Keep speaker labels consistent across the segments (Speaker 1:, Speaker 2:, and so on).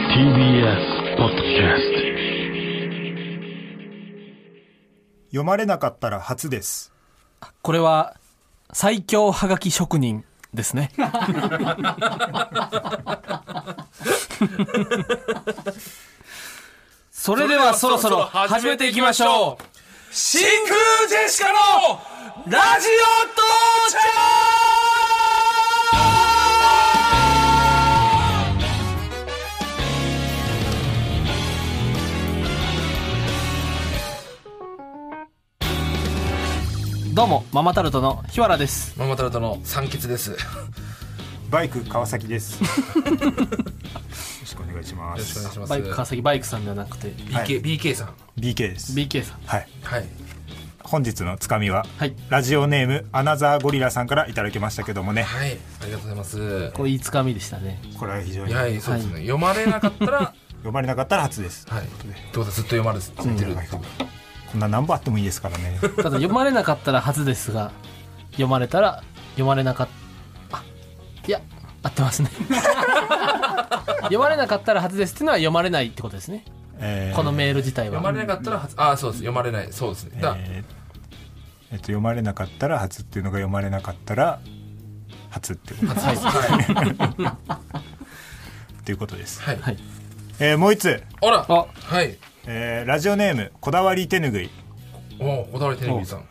Speaker 1: TBS ポッドキャスト
Speaker 2: 読まれなかったら初です
Speaker 3: これは最強はがき職人ですね。それではそろそろ始めていきましょう。
Speaker 4: 真空ジェシカの
Speaker 3: ラジオどうも、ママタルトの日原です。
Speaker 4: ママタルトの酸欠です。よ
Speaker 2: バイク川崎ですよろしくお願いしま
Speaker 4: ろしくお願い
Speaker 2: す
Speaker 4: します。
Speaker 3: バイク川崎バイクさんではなくて、
Speaker 4: BK、
Speaker 2: はい
Speaker 4: BK さん。
Speaker 2: BK です、
Speaker 3: BK さん。
Speaker 2: はい
Speaker 4: はい。
Speaker 2: 本日のつかみは、
Speaker 3: はい。
Speaker 2: ラジオネームアナザーゴリラさんからいただきましたけどもね
Speaker 4: はい。ありがとうございます。
Speaker 3: これいいつかみでしたね。
Speaker 2: これは非常に
Speaker 4: はい、そうですね。読まれなかったら、 はい。
Speaker 2: 読まれなかったら初です
Speaker 4: ってことはずっと読まれてるってこと。
Speaker 2: こんな何本あってもいいですからね
Speaker 3: ただ読まれなかったらはずですが、読まれたら読まれなかった。あいや、合ってますね。 読まれなかったらはずですっていうのは読まれないってことですね。
Speaker 2: えー
Speaker 3: このメール自体
Speaker 4: 読ま
Speaker 3: は。
Speaker 4: れなかったら初、あ、そうです。読まれない。そうですね。だ
Speaker 2: えーえっと、読まれなかったら初っていうのが読まれなかったら初ってこと
Speaker 3: はい。
Speaker 4: はい。
Speaker 2: っていうことです、
Speaker 4: はい。
Speaker 3: はい。
Speaker 2: えーもう一つ、
Speaker 4: あら
Speaker 3: あ
Speaker 4: はい。
Speaker 2: えーラジオネームこだわり手ぬぐい
Speaker 4: おこだわりテレビさん。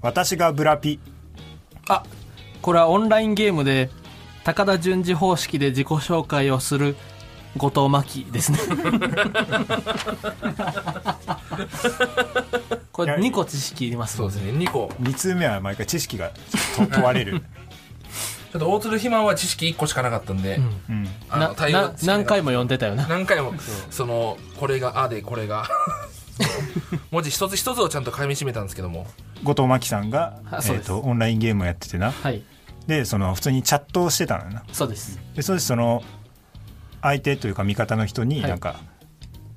Speaker 2: 私がブラピ
Speaker 3: あこれはオンラインゲームで、高田純次方式で自己紹介をする後藤真希です ね。これ2個知識いります
Speaker 4: そうですね。2個。
Speaker 2: 2通目は毎回知識がちょっと問われる、
Speaker 4: ちょっと大鶴肥満は知識1個しかなかったんで、
Speaker 2: うん、
Speaker 4: あ
Speaker 3: な
Speaker 4: の、対応
Speaker 3: な何回も読んでたよな。
Speaker 4: 何回もそのこれが「あ」でこれが文字一つ一つをちゃんと噛み締めたんですけども
Speaker 2: 後藤真希さんが、え
Speaker 3: あそう
Speaker 2: ー、
Speaker 3: です
Speaker 2: とオンラインゲームをやっててな
Speaker 3: はい。
Speaker 2: でその普通にチャットをしてたのよな
Speaker 3: そうです。
Speaker 2: でそうですその相手というか味方の人に
Speaker 3: はい
Speaker 2: なんか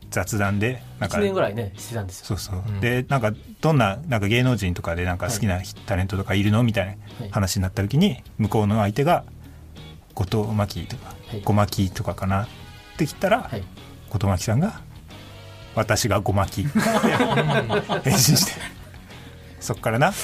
Speaker 2: 雑談でなんか
Speaker 3: 1年ぐらいねしてたんですよ
Speaker 2: そうそう、
Speaker 4: ん
Speaker 2: でなんかどんななんか芸能人とかでなんか好きなタレントとかいるのみたい
Speaker 3: は
Speaker 2: ない話になった時に向こうの相手が「後藤真希」とか
Speaker 3: はい
Speaker 2: 「ごまき」とかかなってきたら、
Speaker 3: はい
Speaker 2: 後藤真希さんが「私がごまき」返信してそっからな
Speaker 4: はい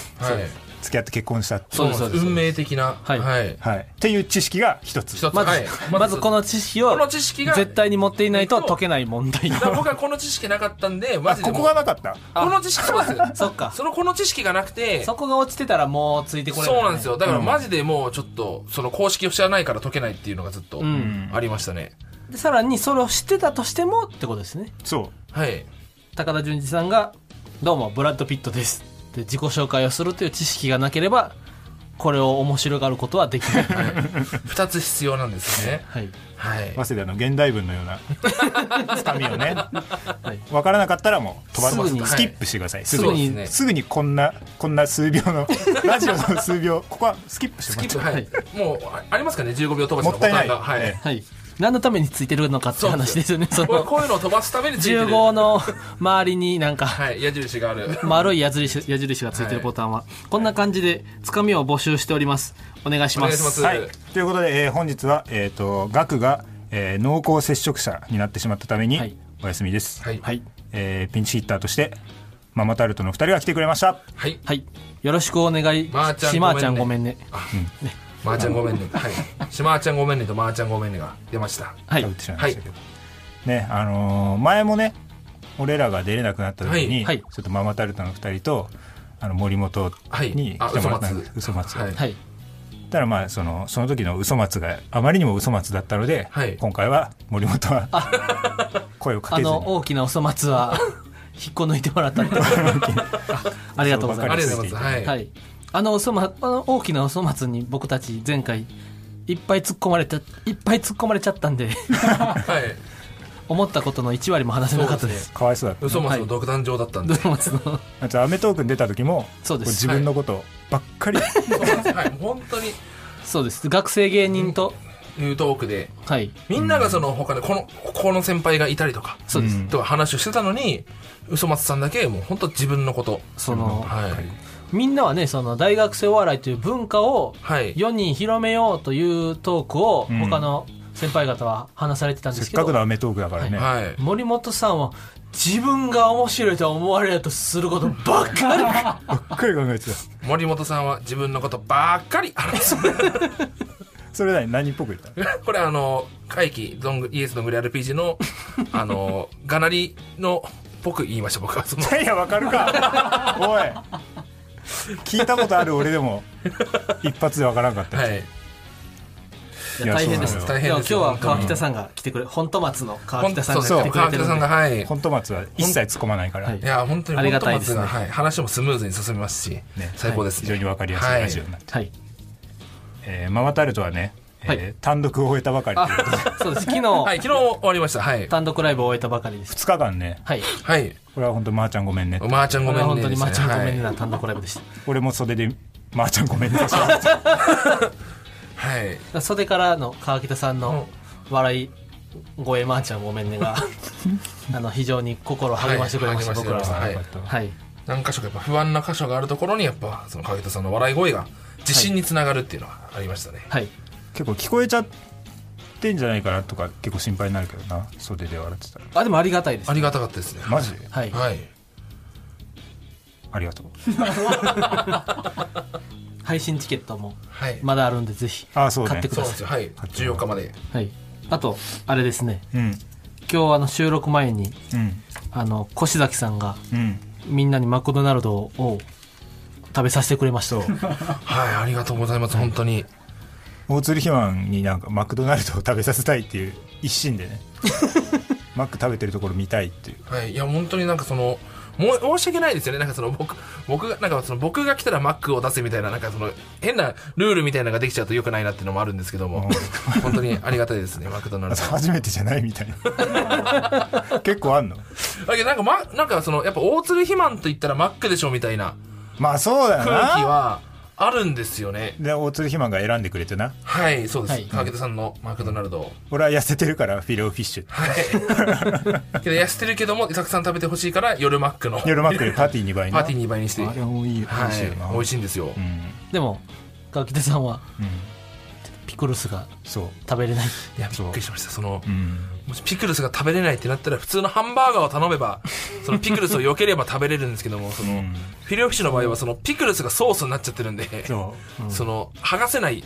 Speaker 2: 付き合って結婚したって
Speaker 3: そうですそうです
Speaker 4: 運命的な
Speaker 3: はい
Speaker 2: はい、っていう知識が一つ
Speaker 4: 一つ
Speaker 3: まず、
Speaker 4: はい
Speaker 3: まずこの知識を
Speaker 4: この知識が
Speaker 3: 絶対に持っていないと解けない問題
Speaker 4: だから僕はこの知識なかったんでマ
Speaker 2: あ
Speaker 4: ジで
Speaker 2: こ
Speaker 4: もう
Speaker 2: こがなかった
Speaker 4: この知識そうです
Speaker 3: そっか
Speaker 4: そのこの知識がなくて
Speaker 3: そこが落ちてたらもうついてこれない、
Speaker 4: そうなんですよだからマジでもうちょっとその公式を知らないから解けないっていうのがずっと
Speaker 3: ん
Speaker 4: ありましたね
Speaker 3: でさらにそれを知ってたとしてもってことですね
Speaker 2: そ
Speaker 4: はい
Speaker 3: 高田純次さんが「どうもブラッド・ピットです」で自己紹介をするという知識がなければこれを面白がることはでき ない、
Speaker 4: 二つ必要なんですね
Speaker 3: はい、
Speaker 4: はいう
Speaker 2: 早稲田の現代文のようなつかみをね
Speaker 3: い
Speaker 2: 分からなかったらもう飛ば
Speaker 3: すぐ
Speaker 2: す
Speaker 3: に
Speaker 2: スキップしてくださいす
Speaker 3: す
Speaker 2: ぐ
Speaker 3: ぐ
Speaker 2: に
Speaker 3: に、
Speaker 4: そうですね
Speaker 2: すぐにこんなこんな数秒のラジオの数秒ここはスキップして
Speaker 4: ス
Speaker 2: も
Speaker 4: キ
Speaker 2: らっ
Speaker 4: ッ
Speaker 2: て
Speaker 4: プはいもうあありますかね15秒飛ばし
Speaker 2: も
Speaker 4: の
Speaker 2: っ
Speaker 4: ボ
Speaker 2: たいな
Speaker 4: タ
Speaker 2: い
Speaker 4: ンがは
Speaker 2: え
Speaker 4: い
Speaker 3: はい、何のためについてるのかって話ですよねそ
Speaker 4: こう
Speaker 3: の
Speaker 4: こういうのを飛ばすためについてる
Speaker 3: 10号の周りになんか
Speaker 4: はい、矢印がある。
Speaker 3: 丸い矢印矢印がついてるボタンは、こんな感じでつかみを募集しておりますお願いし
Speaker 4: お
Speaker 3: ま
Speaker 4: 願い
Speaker 3: す
Speaker 4: します。
Speaker 2: はい、ということで、えー本日は、えー、とガクが、えー濃厚接触者になってしまったために
Speaker 3: はい
Speaker 2: お休みです、
Speaker 4: はい。
Speaker 3: はい
Speaker 2: えーピンチヒッターとしてママタルトの2人が来てくれました
Speaker 4: はい。
Speaker 3: はいよろしくお願いし
Speaker 4: まーちゃん
Speaker 3: しまーちゃんごめんね
Speaker 4: まーちゃんごめんね。はい。しまーちゃんごめんねとまーちゃんごめんねが出ました。
Speaker 3: はい
Speaker 2: 被ってしまいましたけど、ねあのー前もね俺らが出れなくなった時に、
Speaker 3: はいはい
Speaker 2: ちょっとママタルトの2人とあの森本
Speaker 4: はい
Speaker 2: に来てもらったんです、
Speaker 4: あ
Speaker 2: 嘘
Speaker 4: 嘘
Speaker 2: 松
Speaker 4: 松はい
Speaker 3: はい
Speaker 2: たらまあそのその時の嘘松があまりにも嘘松だったので、
Speaker 4: はい
Speaker 2: 今回は森本は 声をか
Speaker 3: あ
Speaker 2: けずに
Speaker 3: の大きなお粗末は 引っこ抜いてもらった んでありがとうござい
Speaker 4: あ
Speaker 3: ま
Speaker 4: り
Speaker 2: り
Speaker 4: が
Speaker 2: がとう
Speaker 4: とうご
Speaker 2: ございます
Speaker 4: ざいま。
Speaker 2: す
Speaker 4: は。
Speaker 3: す、はいい、あのおそ、ま、あの大きなお粗末に僕たち前回いっぱい突っ込まれちゃいっぱい突っ込まれちゃったんで
Speaker 4: はい。
Speaker 3: 思ったことの1割も話せなかったです
Speaker 2: かわいそうだった
Speaker 4: 嘘松の独壇場だったんで。
Speaker 3: どうもその
Speaker 2: あと『アメトーーク』に出た時も
Speaker 3: そうです
Speaker 2: こ自分のことばっかり、
Speaker 4: そうなんですはい。本当に、
Speaker 3: そうです学生芸人と、
Speaker 4: ニュートークで、
Speaker 3: はい
Speaker 4: みんながその他で、この、この先輩がいたりとか、
Speaker 3: そうです、
Speaker 4: とか話をしてたのに、嘘松さんだけ、もう本当自分のこと。
Speaker 3: その
Speaker 4: はい。
Speaker 3: みんなはね、その大学生お笑いという文化を
Speaker 4: はい
Speaker 3: 世に広めようというトークを
Speaker 2: ん
Speaker 3: 他の、先輩方は話されてたんで
Speaker 2: せっ
Speaker 3: すけど
Speaker 2: かくのアメトークだからね、
Speaker 4: はい
Speaker 3: 森本さんは自分が面白いと思われるとすることばっ かり
Speaker 2: ばっかり考えてた
Speaker 4: 森本さんは自分のことばっかり 話す
Speaker 2: それ何何っぽく言った
Speaker 4: これあの怪奇どんぐイエスのグレ RPG のあのがなりの僕言いました僕はその
Speaker 2: いやいやわかるかおい聞いたことある俺でも一発でわからんかった、
Speaker 4: はい
Speaker 2: いや
Speaker 3: 大変です
Speaker 2: そう
Speaker 4: なのよ
Speaker 3: でも今日は
Speaker 4: 大変ですよ
Speaker 3: 川北さんが来てくれ本都松の川
Speaker 4: 本
Speaker 3: 北
Speaker 4: 当
Speaker 3: さ
Speaker 4: そ
Speaker 3: ん
Speaker 4: う
Speaker 3: が来て
Speaker 4: そう
Speaker 3: くれ
Speaker 4: 川
Speaker 3: てる
Speaker 4: 北
Speaker 3: ん
Speaker 4: さん
Speaker 3: で
Speaker 4: がはい
Speaker 2: 本当松は一切突っ込まないから、
Speaker 3: はい
Speaker 4: いや本当に
Speaker 3: ありがたい
Speaker 4: 本
Speaker 3: で
Speaker 4: 当
Speaker 3: す
Speaker 4: 松
Speaker 3: ね
Speaker 4: が、はい、話もスムーズに進みますし、
Speaker 2: ね
Speaker 4: 最高です
Speaker 2: 非
Speaker 4: ね、
Speaker 2: 常にわかりやすいラジオになって、
Speaker 3: はい
Speaker 2: えーママタルトはね、えー
Speaker 3: はい
Speaker 2: 単独を終えたばかり
Speaker 3: あ
Speaker 2: ということで
Speaker 3: そうです昨
Speaker 4: はい、
Speaker 3: 日
Speaker 4: 昨日終わりましたはい
Speaker 3: 単独ライブを終えたばかりです
Speaker 2: 2日間ね
Speaker 3: はい
Speaker 4: はい
Speaker 2: これは本当まーちゃんごめんねって
Speaker 4: まーちゃん
Speaker 3: こ
Speaker 4: ご
Speaker 3: れは
Speaker 4: めん
Speaker 3: 本
Speaker 4: ね
Speaker 3: 当にまっちゃんごめんね
Speaker 4: ね
Speaker 3: な単独ライブでしただか
Speaker 2: 俺も袖でまーちゃんごめんねって
Speaker 4: はい、はい
Speaker 3: ら袖からの川北さんの笑い声まーちゃんごめんね があの非常に心を励ましてくれました
Speaker 4: はい
Speaker 3: 僕らは
Speaker 4: はい
Speaker 3: はい
Speaker 4: 何箇所かやっぱ不安な箇所があるところにやっぱその影田さんの笑い声が自信につながるっていうのはありましたね、
Speaker 3: はい
Speaker 2: 結構聞こえちゃってんじゃないかなとか結構心配になるけどな袖で笑ってたら
Speaker 3: あでもありがたいです
Speaker 4: ありがたかったですね
Speaker 2: マジ
Speaker 3: はい
Speaker 4: はい
Speaker 2: ありがとう
Speaker 3: 配信チケットも
Speaker 4: はい、
Speaker 3: まだあるんでぜひ
Speaker 2: あそうね
Speaker 3: 買ってく
Speaker 4: そう
Speaker 3: だ
Speaker 4: なんで
Speaker 3: さ
Speaker 4: すよはい14日まで
Speaker 3: いはいあとあれですね
Speaker 2: うん
Speaker 3: 今日あの収録前に
Speaker 2: うん
Speaker 3: あの越崎さんが
Speaker 2: うん
Speaker 3: みんなにマクドナルドを食べさせてくれました
Speaker 4: はいありがとうございます本当に
Speaker 2: 大鶴肥満になんかマクドナルドを食べさせたいっていう一心 でねマック食べてるところ見たいっていう
Speaker 4: はいいや本当になんかそのもう申し訳ないですよねなんかその僕僕がなんかその僕が来たらマックを出せみたいななんかその変なルールみたいなのができちゃうと良くないなっていうのもあるんですけども 本当にありがたいですねマクドナルド
Speaker 2: 初めてじゃないみたい な結構あんの
Speaker 4: だけどなんか、ま、なんかそのやっぱ大鶴肥満と言ったらマックでしょみたいな
Speaker 2: まあそう だよ
Speaker 4: 空気
Speaker 2: な
Speaker 4: はあるんですよね
Speaker 2: で大鶴肥満が選んでくれてな
Speaker 4: はいそうです、
Speaker 3: はい
Speaker 4: 川桁さんのマクドナルドを
Speaker 2: 俺は痩せてるからフィレオフィッシュ
Speaker 4: はい けど痩せてるけどもたくさん食べてほしいから夜マックの
Speaker 2: 夜マックでパティ2倍
Speaker 4: パ
Speaker 2: な
Speaker 4: ーティー2倍にして
Speaker 2: あれもいい美
Speaker 4: は
Speaker 2: 味しいよな、
Speaker 4: い、美味しいんですよ、
Speaker 2: うん、
Speaker 3: でも川北さんは
Speaker 2: うん、
Speaker 3: ピクルスが
Speaker 2: そう
Speaker 3: 食べれない
Speaker 4: いやびっくりしましたその、
Speaker 2: うん
Speaker 4: もしピクルスが食べれないってなったら普通のハンバーガーを頼 めばそのピクルスを避ければ食べれるんですけどもその、
Speaker 2: うん
Speaker 4: フィレオフィッシュの場合はそのピクルスがソースになっちゃってるんで
Speaker 2: そ
Speaker 4: その剥がせない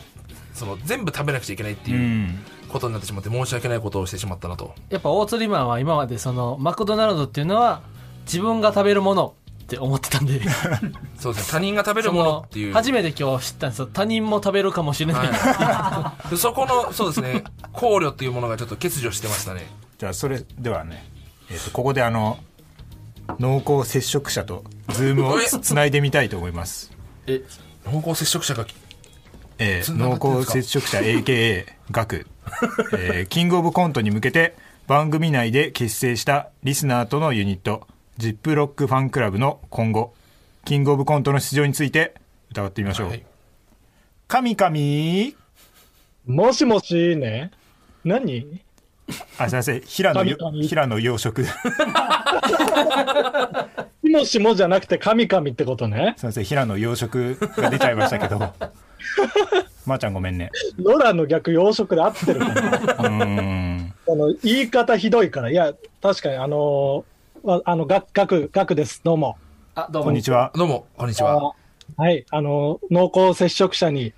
Speaker 4: その全部食べなくちゃいけないって
Speaker 2: うう
Speaker 4: いうんことになってしまって申し訳ないことをしてしまったなと、
Speaker 3: やっぱ大釣りマンは今までそのマクドナルドっていうのは自分が食べるものって思ってたんで
Speaker 4: そうですね他人が食べる
Speaker 3: そ
Speaker 4: もの
Speaker 3: の
Speaker 4: っていう
Speaker 3: 初めて今日知ったんですよ他人も食べるかもしれない、
Speaker 4: は い、そこのそうですね考慮っていうものがちょっと欠如してましたね
Speaker 2: じゃあそれではね、えーとここであの濃厚接触者とズームをつつないでみたいと思います、
Speaker 3: え
Speaker 4: 濃厚接触者が
Speaker 2: えー
Speaker 4: つながって
Speaker 2: 濃
Speaker 4: るんで
Speaker 2: 厚
Speaker 4: すか
Speaker 2: 接触者 AKA ガク、えーキングオブコントに向けて番組内で結成したリスナーとのユニットジップロックファンクラブの今後キングオブコントの出場について疑ってみましょう、
Speaker 4: はい
Speaker 2: 神々
Speaker 5: もしもしね。何
Speaker 2: あすいません平野よ
Speaker 5: 神々
Speaker 2: 平野養 殖す
Speaker 5: もしもじゃなくて神々ってことね。
Speaker 2: いません平野養殖が出ちゃいました けどまーちゃんごめんね
Speaker 5: ロラの逆養殖で合ってるかな。
Speaker 2: うーん
Speaker 5: あの言い方ひどいから。いや、確かにあのーわあの、ガク、ガク、ガクです。どうも。
Speaker 3: あどう
Speaker 2: こん
Speaker 3: も
Speaker 2: にちは
Speaker 4: どうもこんにちは
Speaker 5: はい、あのー濃厚接触者に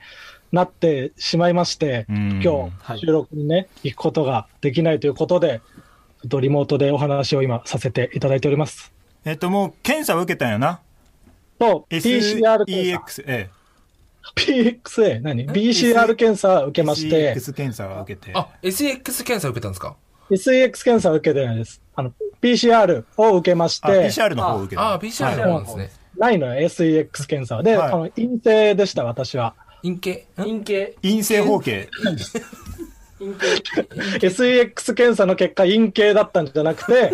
Speaker 5: なってしまいまして、
Speaker 2: うん
Speaker 5: 今
Speaker 3: は
Speaker 5: 日
Speaker 3: い
Speaker 5: 収録にね、行くことができないということで、ちょっとリモートでお話を今させていただいております。
Speaker 2: えっともう検査を受けたんやな
Speaker 5: と、PCR 検査。
Speaker 2: SEX え
Speaker 5: PXA、何 ?BCR 検査受け
Speaker 2: え
Speaker 5: まして。
Speaker 2: SEX 検査を受けて
Speaker 4: あ SEX 検査受けたんですか
Speaker 5: SEX 検査を受けてないです。あの、PCR を受けまし
Speaker 2: あ
Speaker 5: て、
Speaker 2: PCR の方を受けた
Speaker 4: ああ PCR
Speaker 2: はい
Speaker 4: なんですね
Speaker 5: ないのよ、SEX 検査は。で、
Speaker 2: はい
Speaker 5: あの、陰性でした、私は。
Speaker 4: 陰形ん
Speaker 3: 陰形
Speaker 2: 陰性包茎
Speaker 5: SEX 検査の結果、陰形だったんじゃな くて、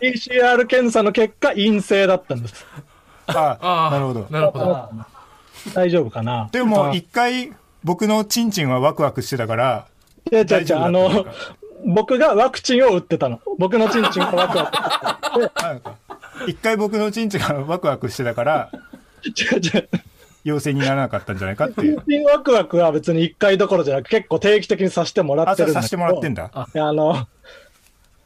Speaker 5: PCR 検査の結果、陰性だったんです。
Speaker 2: あ
Speaker 4: ああ
Speaker 2: なるほど
Speaker 4: なるほど
Speaker 3: あ
Speaker 5: 大丈夫かな
Speaker 2: でも
Speaker 5: あ
Speaker 2: 一回僕のチンチンはワクワクしてたから
Speaker 5: いや、じゃ
Speaker 2: 大
Speaker 5: じ
Speaker 2: 丈
Speaker 5: ゃ
Speaker 2: 夫だ
Speaker 5: あ
Speaker 2: った
Speaker 5: の、僕がワクチンを打ってたの。僕のチンチンがワクワクしてた。
Speaker 2: なんか一回僕のチンチンがワクワクしてたから
Speaker 5: 違う違う。
Speaker 2: 陽性にならなかったんじゃないかってい
Speaker 5: 新
Speaker 2: う。
Speaker 5: 人ワクワクは別に1回どころじゃなく、結構定期的にさせてもら
Speaker 2: あ、
Speaker 5: っ
Speaker 2: そ
Speaker 5: てる
Speaker 2: れ
Speaker 5: んだ
Speaker 2: させてもらってん
Speaker 5: だ。
Speaker 2: だ。
Speaker 5: いやあの、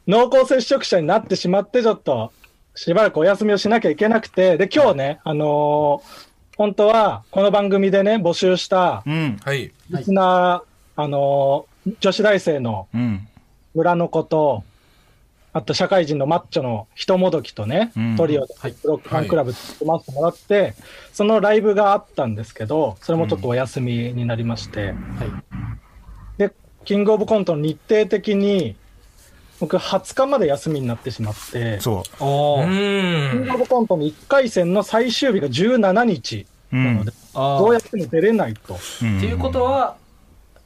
Speaker 5: 濃厚接触者になってしまって、ちょっと、しばらくお休みをしなきゃいけなくて、で、今日ね、あのー本当は、この番組でね、募集した、
Speaker 2: うん。
Speaker 4: はい。
Speaker 5: リスナー、あのー女子大生の
Speaker 2: うん。
Speaker 5: 村の子と、あと社会人のマッチョのひともどきとね、
Speaker 2: うん
Speaker 5: トリオで
Speaker 3: はい
Speaker 5: ブロックファンクラブ作らせてもらって、そのライブがあったんですけど、それもちょっとお休みになりまして、
Speaker 3: はい。
Speaker 5: で、キングオブコントの日程的に、僕20日まで休みになってしまって、
Speaker 2: そ
Speaker 3: お
Speaker 4: う
Speaker 3: ー。
Speaker 5: キング
Speaker 4: ー
Speaker 5: オ
Speaker 4: ん。
Speaker 5: ブコントの1回戦の最終日が17日
Speaker 2: う。う。
Speaker 5: なんので、
Speaker 3: あ
Speaker 5: どうや
Speaker 3: ー
Speaker 5: っ。ても出れないと。
Speaker 2: ん
Speaker 3: っていうことは、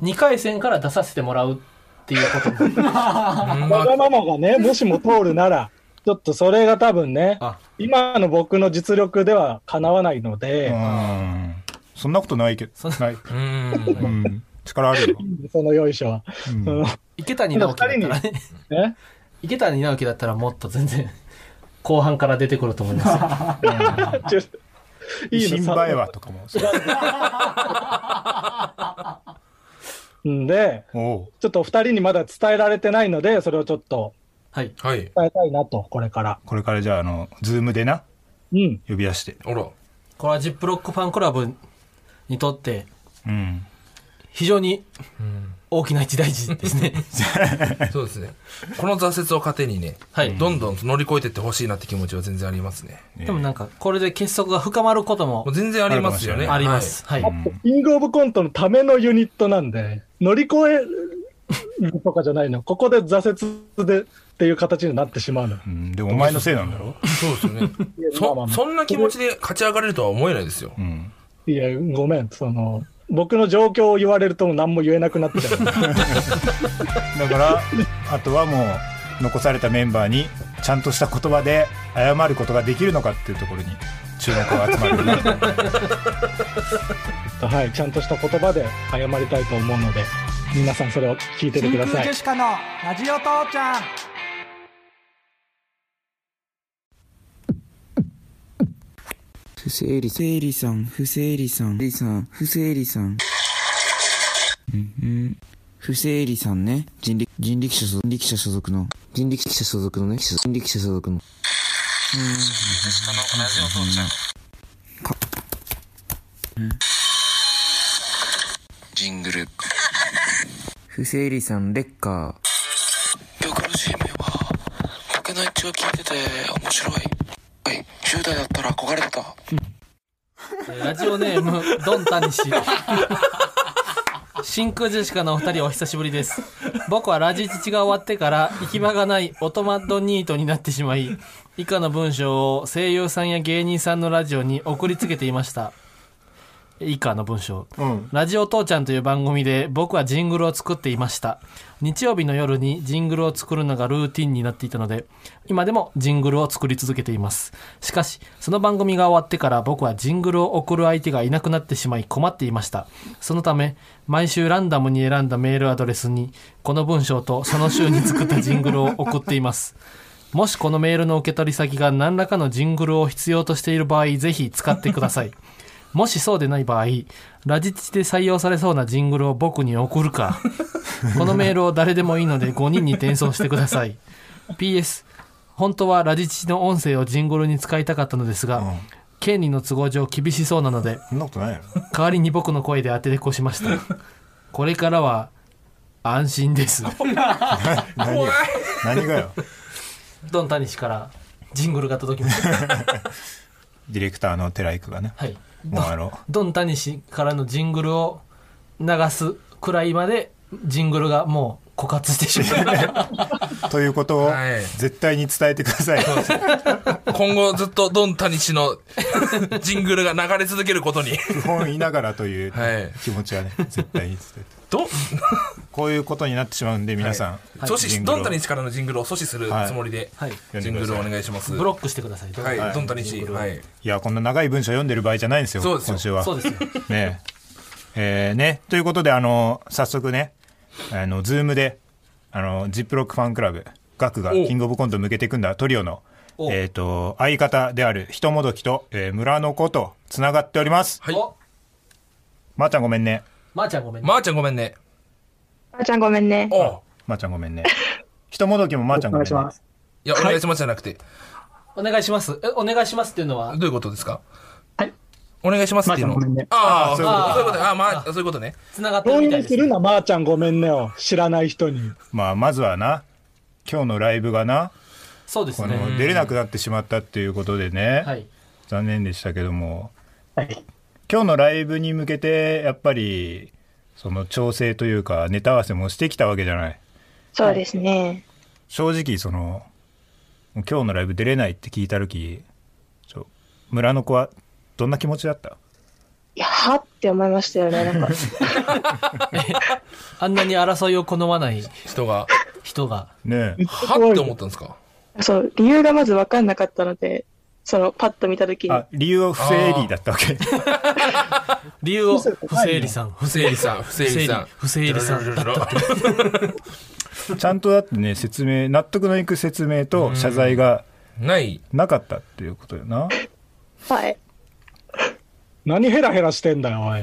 Speaker 3: 2回戦から出させてもらうっていうことに
Speaker 4: うんま
Speaker 5: わ
Speaker 4: あ
Speaker 5: がままがね、もしも通るなら、ちょっとそれが多分ね
Speaker 3: あ、
Speaker 5: 今の僕の実力ではかなわないの
Speaker 2: う
Speaker 5: で、
Speaker 2: ん。そんなことないけど。ない。
Speaker 4: うー。
Speaker 2: うんん。力あるよ。
Speaker 5: そのよいしょは。
Speaker 2: うん
Speaker 5: うん
Speaker 3: 池谷直樹だったらね。
Speaker 5: ね、
Speaker 3: 池谷直樹だったらもっと全然、後半から出てくると思いますよ。
Speaker 5: ちょいい
Speaker 2: 新映え
Speaker 5: の
Speaker 2: はとかも。そう
Speaker 5: うんで、
Speaker 2: おう
Speaker 5: ちょっとお二人にまだ伝えられてないので、それをちょっと
Speaker 3: はい。
Speaker 4: はい。
Speaker 5: 伝えたいなと、これから。
Speaker 2: これからじゃあ、あの、ズームでな、
Speaker 5: うん。
Speaker 2: 呼び出して。
Speaker 4: ほら。
Speaker 3: これはジップロックファンクラブにとって、
Speaker 2: うん。
Speaker 3: 非常に
Speaker 4: うん
Speaker 3: 大きな一大事です ね。
Speaker 4: そうですね。この挫折を糧にね、
Speaker 3: はい
Speaker 4: どんどん乗り越えていってほしいなって気持ちは全然ありますね。
Speaker 3: でもなんか、これで結束が深まることも
Speaker 4: もう全然ありますよね。
Speaker 3: あります。はい。
Speaker 5: キングオブコントのためのユニットなんで、乗り越えるとかじゃないの。ここで挫折でっていう形になってしまうの。
Speaker 2: うん。でもお前のせいなんだろ
Speaker 4: はい。そうですよね。
Speaker 5: まあまあ
Speaker 4: そ、
Speaker 5: まあ
Speaker 4: そんな気持ちで勝ち上がれるとは思えないですよ
Speaker 2: う。。ん。
Speaker 5: いや、ごめん。その、僕の状況を言われるともう何も言えなくなっちゃう。
Speaker 2: だから、あとはもう、残されたメンバーに、ちゃんとした言葉で謝ることができるのかっていうところに、注目が集まるよね。
Speaker 5: はい、ちゃんとした言葉で謝りたいと思うので、皆さんそれを聞いててください。
Speaker 6: シカのラジオ父ちゃん
Speaker 7: 不整理整理さん不整理さん理さん不整理さんうんうん不整理さんね人力人力車所属人力車所属の人力車所属のね人力車所属の
Speaker 8: ジングル。
Speaker 7: 不整理さんレッカー
Speaker 8: 今日苦しい夢は、僕の一応聞いてて面白い。はい、10代だったら憧れてた。
Speaker 3: えーラジオネーム、ドンタニシ。真空ジェシカのお二人お久しぶりです。僕はラジチチが終わってから行き場がないオトマッドニートになってしまい、以下の文章を声優さんや芸人さんのラジオに送りつけていました。以下の文章。ラジオ父ちゃんという番組で僕はジングルを作っていました。日曜日の夜にジングルを作るのがルーティンになっていたので、今でもジングルを作り続けています。しかし、その番組が終わってから僕はジングルを送る相手がいなくなってしまい困っていました。そのため、毎週ランダムに選んだメールアドレスに、この文章とその週に作ったジングルを送っています。もしこのメールの受け取り先が何らかのジングルを必要としている場合、ぜひ使ってください。もしそうでない場合、ラジチで採用されそうなジングルを僕に送るか。このメールを誰でもいいので5人に転送してください。PS、本当はラジチの音声をジングルに使いたかったのですが、権利の都合上厳しそうなので、
Speaker 2: そんなことないよ。
Speaker 3: 代わりに僕の声で当ててこしました。これからは、安心です。
Speaker 2: 何が何がよ。
Speaker 3: ドンタニシからジングルが届きました。
Speaker 2: ディレクターの寺井くんがね。
Speaker 3: はい。
Speaker 2: もうあの、
Speaker 3: ドンタニシからのジングルを流すくらいまで、ジングルがもう枯渇してしまった。
Speaker 2: ということを
Speaker 4: はい
Speaker 2: 絶対に伝えてください。
Speaker 4: 今後ずっとドンタニ シのジングルが流れ続けることに。
Speaker 2: 不本意ながらという
Speaker 4: はい
Speaker 2: 気持ちはね、絶対に伝えて。
Speaker 4: ど、
Speaker 2: こういうことになってしまうんで、皆さん。
Speaker 4: 阻止、ドンタニシからのジングルを阻止する
Speaker 2: はい
Speaker 4: つもりで、
Speaker 3: はい。
Speaker 4: ジングルをお願いします。
Speaker 3: ブロックしてください。どうぞ
Speaker 4: はい、ドンタニシ。はい。
Speaker 2: いや、こんな長い文章読んでる場合じゃないんですよ、
Speaker 4: そうですよ
Speaker 2: 今週は。
Speaker 3: そうですよ。
Speaker 2: ねええーね。ということで、あの、早速ね、あの、ズームで、あの、ジップロックファンクラブ、ガクが
Speaker 4: お
Speaker 2: キングオブコント向けて組んだトリオの、
Speaker 3: お
Speaker 2: えっ、と、相方である、ひともどきと、えー村の子と繋がっております。
Speaker 4: はい。
Speaker 3: お
Speaker 2: まーちゃんごめんね。
Speaker 3: まーちゃんごめんね。
Speaker 4: まーちゃんごめんね。
Speaker 9: まーちゃんごめんね。
Speaker 4: おう
Speaker 2: まーちゃんごめんね。ひともどきもまーちゃん
Speaker 5: お
Speaker 2: ごめ
Speaker 5: 願
Speaker 2: ん
Speaker 5: いし
Speaker 2: ね。
Speaker 5: ます。
Speaker 4: いや、お願いしますじゃなくて。
Speaker 3: お願いします。え、お願いしますっていうのは
Speaker 4: どういうことですか
Speaker 5: はい。
Speaker 4: お願いしますっていうの
Speaker 5: まーちゃんごめんね。
Speaker 4: ああ、そういうこと
Speaker 3: あー
Speaker 4: そういうこと。ああ、まあ、そういうことね。
Speaker 3: 繋がってる
Speaker 5: 導
Speaker 3: みたい
Speaker 5: 入
Speaker 3: ですす。
Speaker 5: るな、まーちゃんごめんねを知らない人に。
Speaker 2: まあ、まずはな、今日のライブがな、
Speaker 3: そうです
Speaker 2: こ
Speaker 3: ね。
Speaker 2: の出れなくなってしまったっていうことでね、
Speaker 3: はい。
Speaker 2: 残念でしたけども、
Speaker 5: はい。
Speaker 2: 今日のライブに向けて、やっぱり、その調整というか、ネタ合わせもしてきたわけじゃない。
Speaker 9: そうですね。
Speaker 2: 正直その今日のライブ出れないって聞いた時ちょ村の子はどんな気持ちだった
Speaker 9: いや、はって思いました よね。なんか、
Speaker 3: あんなに争いを好まない
Speaker 4: 人 が、
Speaker 3: 人が。
Speaker 2: ねえ
Speaker 4: はって思ったんですか
Speaker 9: そう、理由がまず分かんなかったので、その、パッと見たときに、
Speaker 2: あ理由は不正理だったわけ
Speaker 3: 理由を、不正理さん。
Speaker 4: 不正理さん、不正理さん。
Speaker 3: 不正理不正理さん
Speaker 4: だったって。
Speaker 2: ちゃんとだってね説明納得のいく説明と謝罪が
Speaker 4: ない。
Speaker 2: なかったっていうことよな
Speaker 9: はい。
Speaker 5: 何ヘラヘラしてんだよ、おい。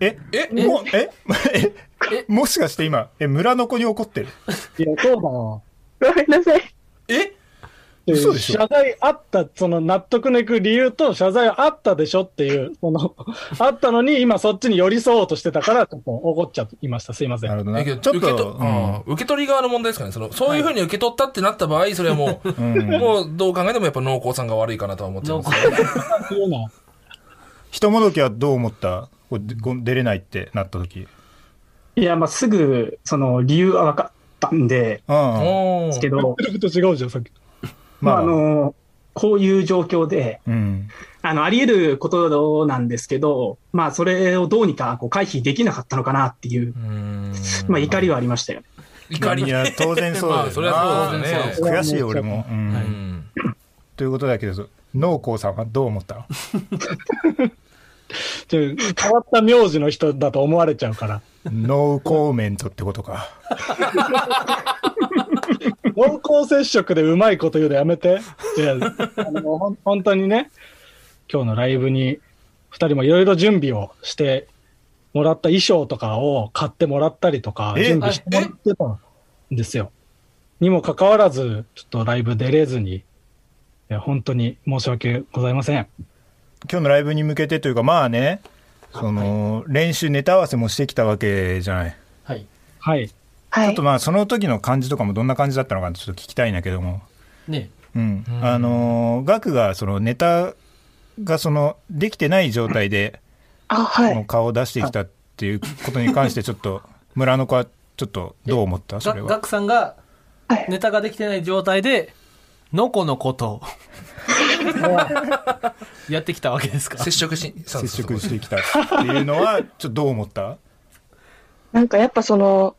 Speaker 2: え
Speaker 4: え
Speaker 2: もうえ えもしかして今え村の子に怒ってる
Speaker 5: いや、そうだよ。
Speaker 9: ごめんなさい。
Speaker 4: え
Speaker 2: 嘘でしょ
Speaker 5: 謝罪あった、その納得のいく理由と謝罪あったでしょっていう、その、 あったのに今そっちに寄り添おうとしてたから、ちょっと怒っちゃっていました。すいませ
Speaker 2: なるほど
Speaker 5: ん。
Speaker 4: だ
Speaker 2: な
Speaker 4: けど
Speaker 2: ちょっ
Speaker 4: 受けと
Speaker 2: と、うん
Speaker 4: うん受け取り側の問題ですかね。その、そういうふうに受け取ったってなった場合、それはも う、
Speaker 2: ん
Speaker 4: もうどう考えてもやっぱ濃厚さんが悪いかなとは思っちゃいます。
Speaker 5: そういうのは
Speaker 2: ひともどきはどう思ったこうでこう出れないってなった時
Speaker 10: いや、まあ、すぐ、その、理由は分かったんで、
Speaker 2: うん
Speaker 4: お
Speaker 10: ですけど、
Speaker 4: ー
Speaker 5: 言ってること違うじゃん、さっき。
Speaker 10: まあ、あの、こういう状況で、
Speaker 2: うん
Speaker 10: あの、あり得ることなんですけど、まあ、それをどうにかこう回避できなかったのかなっていう
Speaker 4: う、ーん
Speaker 10: まあ、怒りはありましたよね。
Speaker 4: 怒り
Speaker 2: いや当然そうだよな
Speaker 4: まあそれはそうだよね。
Speaker 2: 悔しい俺も、うん
Speaker 4: う
Speaker 3: はい
Speaker 4: ん
Speaker 2: ということだけど農耕さんはどう思ったの
Speaker 5: ちょ変わった名字の人だと思われちゃうから。
Speaker 2: ノーコーメントってことか
Speaker 5: 濃厚接触でうまいこと言うのやめて。いや、あの、ほん本当にね、今日のライブに、二人もいろいろ準備をしてもらった衣装とかを買ってもらったりとか、
Speaker 2: え
Speaker 5: 準備してもらってたんですよ。にもかかわらず、ちょっとライブ出れずに、いや本当に申し訳ございません。
Speaker 2: 今日のライブに向けてというかまあねその練習ネタ合わせもしてきたわけじゃない
Speaker 3: はい。
Speaker 5: はい。
Speaker 9: は
Speaker 2: ちょ
Speaker 9: い
Speaker 2: っと。まあその時の感じとかもどんな感じだったのかちょっと聞きたいんだけども
Speaker 3: ね
Speaker 2: うんあのガクがそのネタがそのできてない状態で
Speaker 9: あ、は
Speaker 2: もう
Speaker 9: い。
Speaker 2: 顔を出してきたっていうことに関してちょっと村の子はちょっとどう思ったそ
Speaker 3: が、
Speaker 2: れ
Speaker 3: ガ
Speaker 2: は
Speaker 3: クさんが
Speaker 9: はい、
Speaker 3: ネタができてない状態で、のこのことを やってきたわけですか。
Speaker 4: 接触し、
Speaker 2: 接触してきたっていうのはちょっとどう思った
Speaker 9: なんかやっぱその、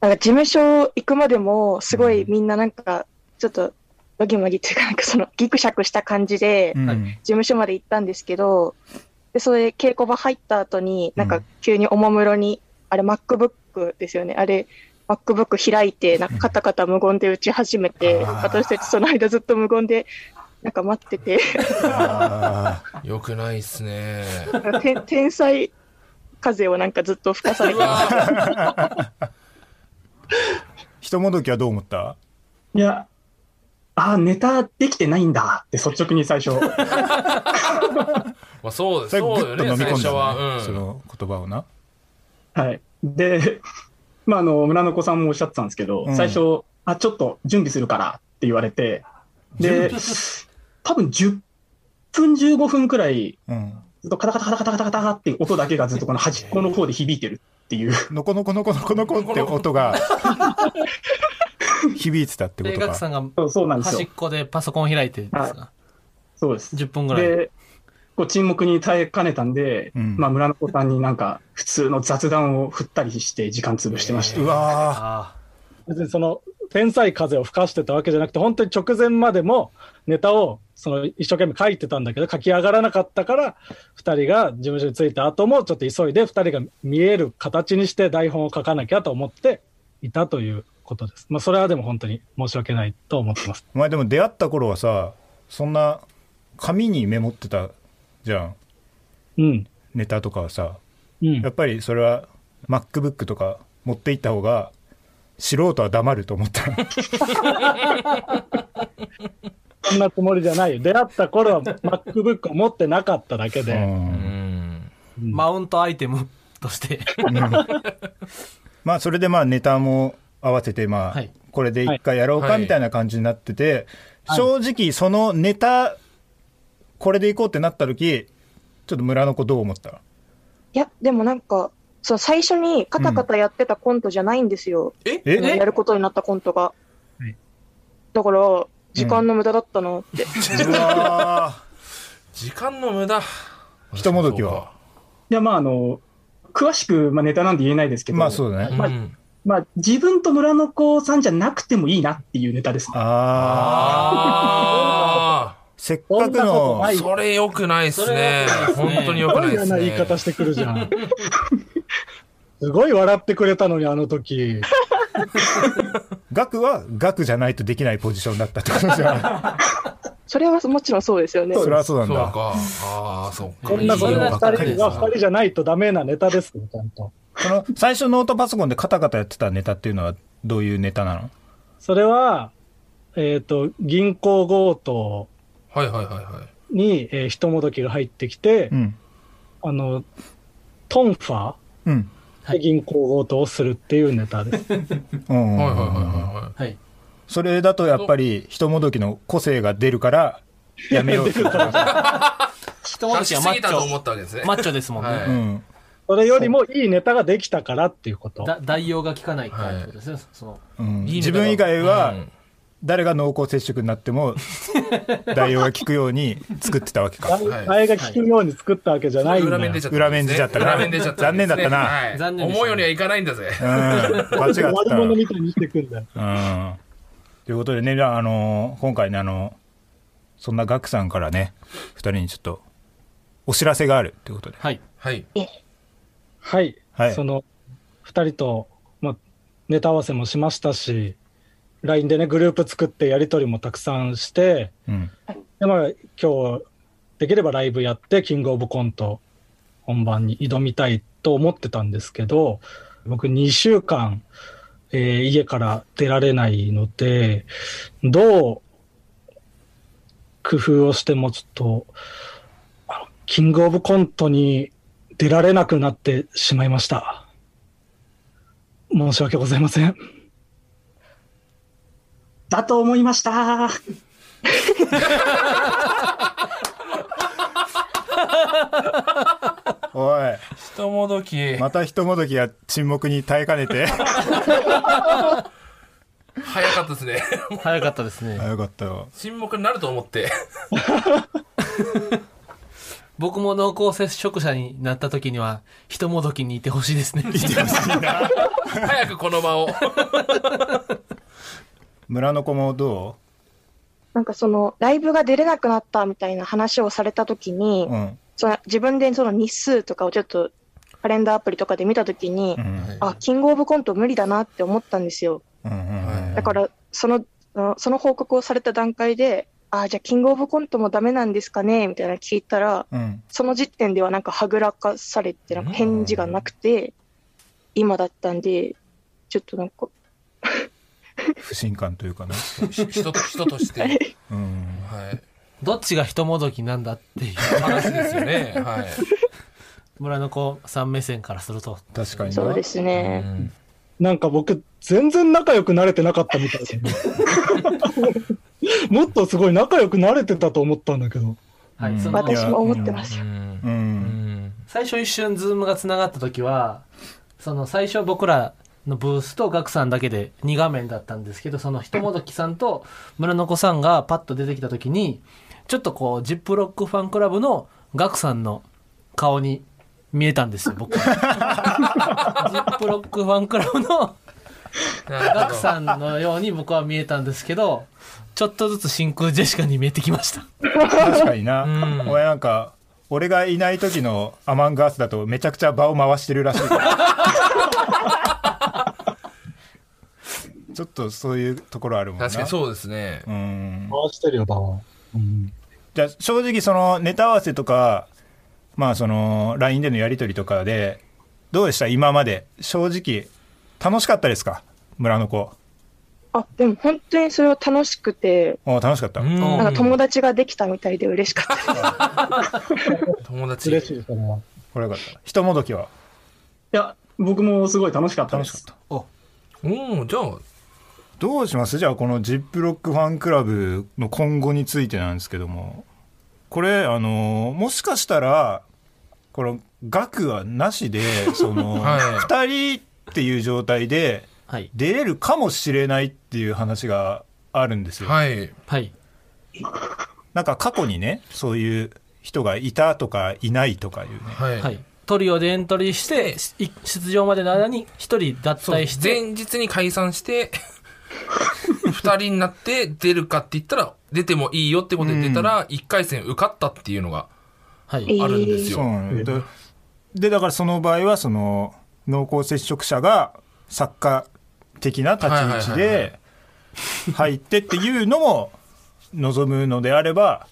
Speaker 9: なんか事務所行くまでも、すごいみんななんか、ちょっと、ドギマギっていうか、なんかその、ギクシャクした感じで、
Speaker 2: うん
Speaker 3: はい
Speaker 9: 事務所まで行ったんですけど、で、それ稽古場入った後に、なんか急におもむろに、あれ MacBook ですよね。あれ MacBook 開いて、なんかカタカタ無言で打ち始めて、私たちその間ずっと無言で、なんか待っ てて、
Speaker 2: あー
Speaker 4: よくないっすね。
Speaker 9: なんか天天才風をなんかずっと吹かされてました。
Speaker 2: ひともどきはどう思った
Speaker 10: いや、ああ、ネタできてないんだって率直に最初。
Speaker 4: まあそうです。
Speaker 2: それグ
Speaker 4: そう
Speaker 2: ッ
Speaker 4: よ
Speaker 2: と
Speaker 4: ね、
Speaker 2: 飲み
Speaker 4: 最
Speaker 2: 込ん
Speaker 4: 初
Speaker 2: だ、
Speaker 4: は。
Speaker 2: ね
Speaker 4: うん
Speaker 2: その言葉をな。
Speaker 10: はい。で、 まあ、あの、村の子さんもおっしゃってたんですけど、
Speaker 2: うん
Speaker 10: 最初、あ、ちょっと準備するからって言われて、 で、多分10分15分くらい、
Speaker 2: うん。
Speaker 10: ずっとカタカタカタカタカタカタっていう音だけがずっとこの端っこの方で響いてるっていう。
Speaker 2: のこのこのこのこのこって音 が響いてたってこ
Speaker 3: で、
Speaker 2: と
Speaker 3: ガクさ
Speaker 2: か。
Speaker 3: んが
Speaker 10: そうそうなんです
Speaker 3: 端っ
Speaker 10: よ。
Speaker 3: こでパソコン開いてですか、
Speaker 10: そうです。
Speaker 3: 10分ぐらい。
Speaker 10: で、こう沈黙に耐えかねたんで、
Speaker 2: うん
Speaker 10: まあ村の子さんになんか普通の雑談を振ったりして時間潰してました
Speaker 2: う。わ
Speaker 3: あ
Speaker 5: 別にその、天才風を吹かしてたわけじゃなくて、本当に直前までもネタをその一生懸命書いてたんだけど、書き上がらなかったから、二人が事務所に着いた後も、ちょっと急いで二人が見える形にして台本を書かなきゃと思っていたということです。まあ、それはでも本当に申し訳ないと思ってます。
Speaker 2: ー。前でも出会った頃はさ、そんな紙にメモってたじゃん。
Speaker 5: うん。
Speaker 2: ネタとかはさ、
Speaker 5: うん
Speaker 2: やっぱりそれは MacBook とか持っていった方が素人は黙ると思った
Speaker 5: そんなつもりじゃないよ。出会った頃は MacBook を持ってなかっただけで。
Speaker 3: マウントアイテムとして。
Speaker 2: まあそれでまあネタも合わせてまあこれで一回やろう
Speaker 3: は
Speaker 2: か
Speaker 3: い
Speaker 2: みたいな感じになってて
Speaker 3: はい
Speaker 2: 正直そのネタこれでいこうってなった時ちょっと村の子どう思った
Speaker 9: いや、でもなんか、そう、最初にカタカタやってたコントじゃないんですよ。
Speaker 2: え
Speaker 9: 今やることになったコントが。だから、時間の無駄だったな って。
Speaker 4: 時間の無駄。
Speaker 2: ひともどきはい
Speaker 10: や、まあ、あの、詳しく、まあ、ネタなんて言えない ですけど、
Speaker 2: まあそうだね
Speaker 10: まあ
Speaker 2: うん
Speaker 10: まあ、自分と村の子さんじゃなくてもいいなっていうネタですね。
Speaker 4: ああ。
Speaker 2: せっか
Speaker 10: くの
Speaker 4: それ良くないっすね。本当に良くないっすね。
Speaker 5: すごい嫌な言い方してくるじゃん。 すごい笑ってくれたのに、あの時。
Speaker 2: 額は額じゃないとできないポジションだったってことじゃん
Speaker 9: それはもちろんそうですよね。
Speaker 2: それはそうなんだ
Speaker 4: そうか。ああ、そうか。
Speaker 5: こんなこと
Speaker 2: ば
Speaker 5: が
Speaker 2: っかり
Speaker 5: 2人は2人じゃないとダメなネタですよ、ちゃんと。
Speaker 2: その最初ノートパソコンでカタカタやってたネタっていうのはどういうネタなの
Speaker 5: それは、えっ、と、銀行強盗
Speaker 4: はいはいはいはい。
Speaker 5: に、えー、ひともどきが入ってきて、
Speaker 2: ん
Speaker 5: あの、トンファ
Speaker 2: うん
Speaker 5: で銀行強盗をするっていうネタです。
Speaker 2: うん
Speaker 5: はいはい
Speaker 4: はい
Speaker 3: はいはい。
Speaker 2: それだとやっぱりひともどきの個性が出るからやめようってことだ
Speaker 3: 人も時はマッチ
Speaker 4: 出しすぎたと思ったわけですね
Speaker 3: ョ。マッチョですもん
Speaker 4: はい
Speaker 2: うん
Speaker 3: ね。
Speaker 5: それよりもいいネタができたからっていうこと。
Speaker 3: だ代用が効かないからってことですね。その
Speaker 2: うん
Speaker 3: いいネタだ
Speaker 2: 自分以外は誰が濃厚接触になっても代用が効くように作ってたわけ か
Speaker 5: 前が聞くように作ったわけじゃないんだ
Speaker 2: 裏面出ちゃった裏面出ちゃったな
Speaker 4: 裏面出ちゃったんで
Speaker 2: 残念
Speaker 4: すね。
Speaker 2: だったな
Speaker 4: はい
Speaker 2: 残念でしたね
Speaker 4: 思うようにはいかないんだぜ。
Speaker 2: うん間違ってた
Speaker 5: 悪者みたいにしてくんだよ。
Speaker 2: うんということでね、じゃあ、あのー今回ね、あのーそんなガクさんからね、二人にちょっと、お知らせがあるということで。
Speaker 3: はい。
Speaker 4: はい。
Speaker 5: はい。
Speaker 2: はい
Speaker 5: その、二人と、まあ、ネタ合わせもしましたし、LINE でね、グループ作ってやりとりもたくさんして、
Speaker 2: うん。
Speaker 5: で、まあ、今日、できればライブやって、キングオブコント本番に挑みたいと思ってたんですけど、僕2週間、えー家から出られないので、どう工夫をしてもちょっと、あのキングオブコントに出られなくなってしまいました。申し訳ございません。
Speaker 10: だと思いました。
Speaker 2: おい。
Speaker 4: ひともどき。
Speaker 2: またひともどきが沈黙に耐えかねて。
Speaker 4: 早かったですね。
Speaker 3: 早かったですね。
Speaker 2: 早かったよ。
Speaker 4: 沈黙になると思って。
Speaker 3: 僕も濃厚接触者になった時には、ひともどきにいてほしいですね。いて
Speaker 2: ほしいな。
Speaker 4: 早くこの場を。
Speaker 2: 村の子もど
Speaker 9: なんかその、ライブが出れなくなったみたいな話をされたときに、
Speaker 2: ううん。
Speaker 9: その自分でその日数とかをちょっとカレンダーアプリとかで見たときに、あ、キングオブコント無理だなって思ったんですよ。だから、その、あのその報告をされた段階で、あ、じゃあキングオブコントもダメなんですかねみたいなの聞いたら、
Speaker 2: うん。
Speaker 9: その時点ではなんかはぐらかされて、なんか返事がなくて、今だったんで、ちょっとなんか、
Speaker 2: 不信感というかね。
Speaker 4: 人と、人として。
Speaker 2: うん。
Speaker 4: はい。
Speaker 3: どっちがひともどきなんだっていう
Speaker 4: 話ですよねはい。
Speaker 3: 村の子さん目線からすると。
Speaker 2: 確か
Speaker 5: に
Speaker 9: そうですね。
Speaker 5: なんか僕、全然仲良くなれてなかったみたいですね もっとすごい仲良くなれてたと思ったんだけど。
Speaker 3: はい、その
Speaker 9: 私も思ってますよ。
Speaker 3: 最初一瞬ズームが繋がった時は、その最初僕らのブースとガクさんだけで2画面だったんですけど、そのひともどきさんと村の子さんがパッと出てきた時に、ちょっとこう、ジップロックファンクラブのガクさんの顔に見えたんですよ、僕 は。ジップロックファンクラブのガクさんのように僕は見えたんですけど、ちょっとずつ真空ジェシカに見えてきました。
Speaker 2: 確かにな。お前なんか、俺がいない時のアマンガースだとめちゃくちゃ場を回してるらしいから。ちょっとそういうところあるもんな。
Speaker 4: 確かにそうですね。
Speaker 2: うん。
Speaker 5: 回してるよ、バオン。
Speaker 2: じゃあ正直そのネタ合わせとかまあその LINE でのやり取りとかでどうでした今まで正直楽しかったですか村の子
Speaker 9: あ、でも本当にそれは楽しくて、
Speaker 2: あ楽しかった
Speaker 9: なんか友達ができたみたいで嬉しかった。
Speaker 4: 友達
Speaker 5: 嬉しいですね。
Speaker 2: これよかったひともどきはい
Speaker 10: や、僕もすごい楽しかったで
Speaker 2: 楽しかっ
Speaker 10: す。
Speaker 2: た
Speaker 4: うん、じゃあ、
Speaker 2: どうしますじゃあこのジップロックファンクラブの今後についてなんですけどもこれあのもしかしたらこの額はなしでその、
Speaker 4: はい
Speaker 2: 2人っていう状態で
Speaker 3: はい。
Speaker 2: 出れるかもしれないっていう話があるんですよ、
Speaker 4: はい。
Speaker 3: はい。
Speaker 2: なんか過去にねそういう人がいたとかいないとかいうね
Speaker 4: はい。
Speaker 3: はい。トリオでエントリーして、しい出場までの間に一人脱
Speaker 4: そう
Speaker 3: 退して、
Speaker 4: 前日に解散して、二人になって出るかって言ったら、出てもいいよってことで出たら、一回戦受かったっていうのが
Speaker 3: は
Speaker 9: え
Speaker 3: い。
Speaker 9: ー
Speaker 4: あるんです
Speaker 2: そう
Speaker 4: よ。
Speaker 2: なんだよででだからその場合はその濃厚接触者が作家的な立ち位置
Speaker 4: はいはいはい
Speaker 2: で入ってっていうのも望むのであれば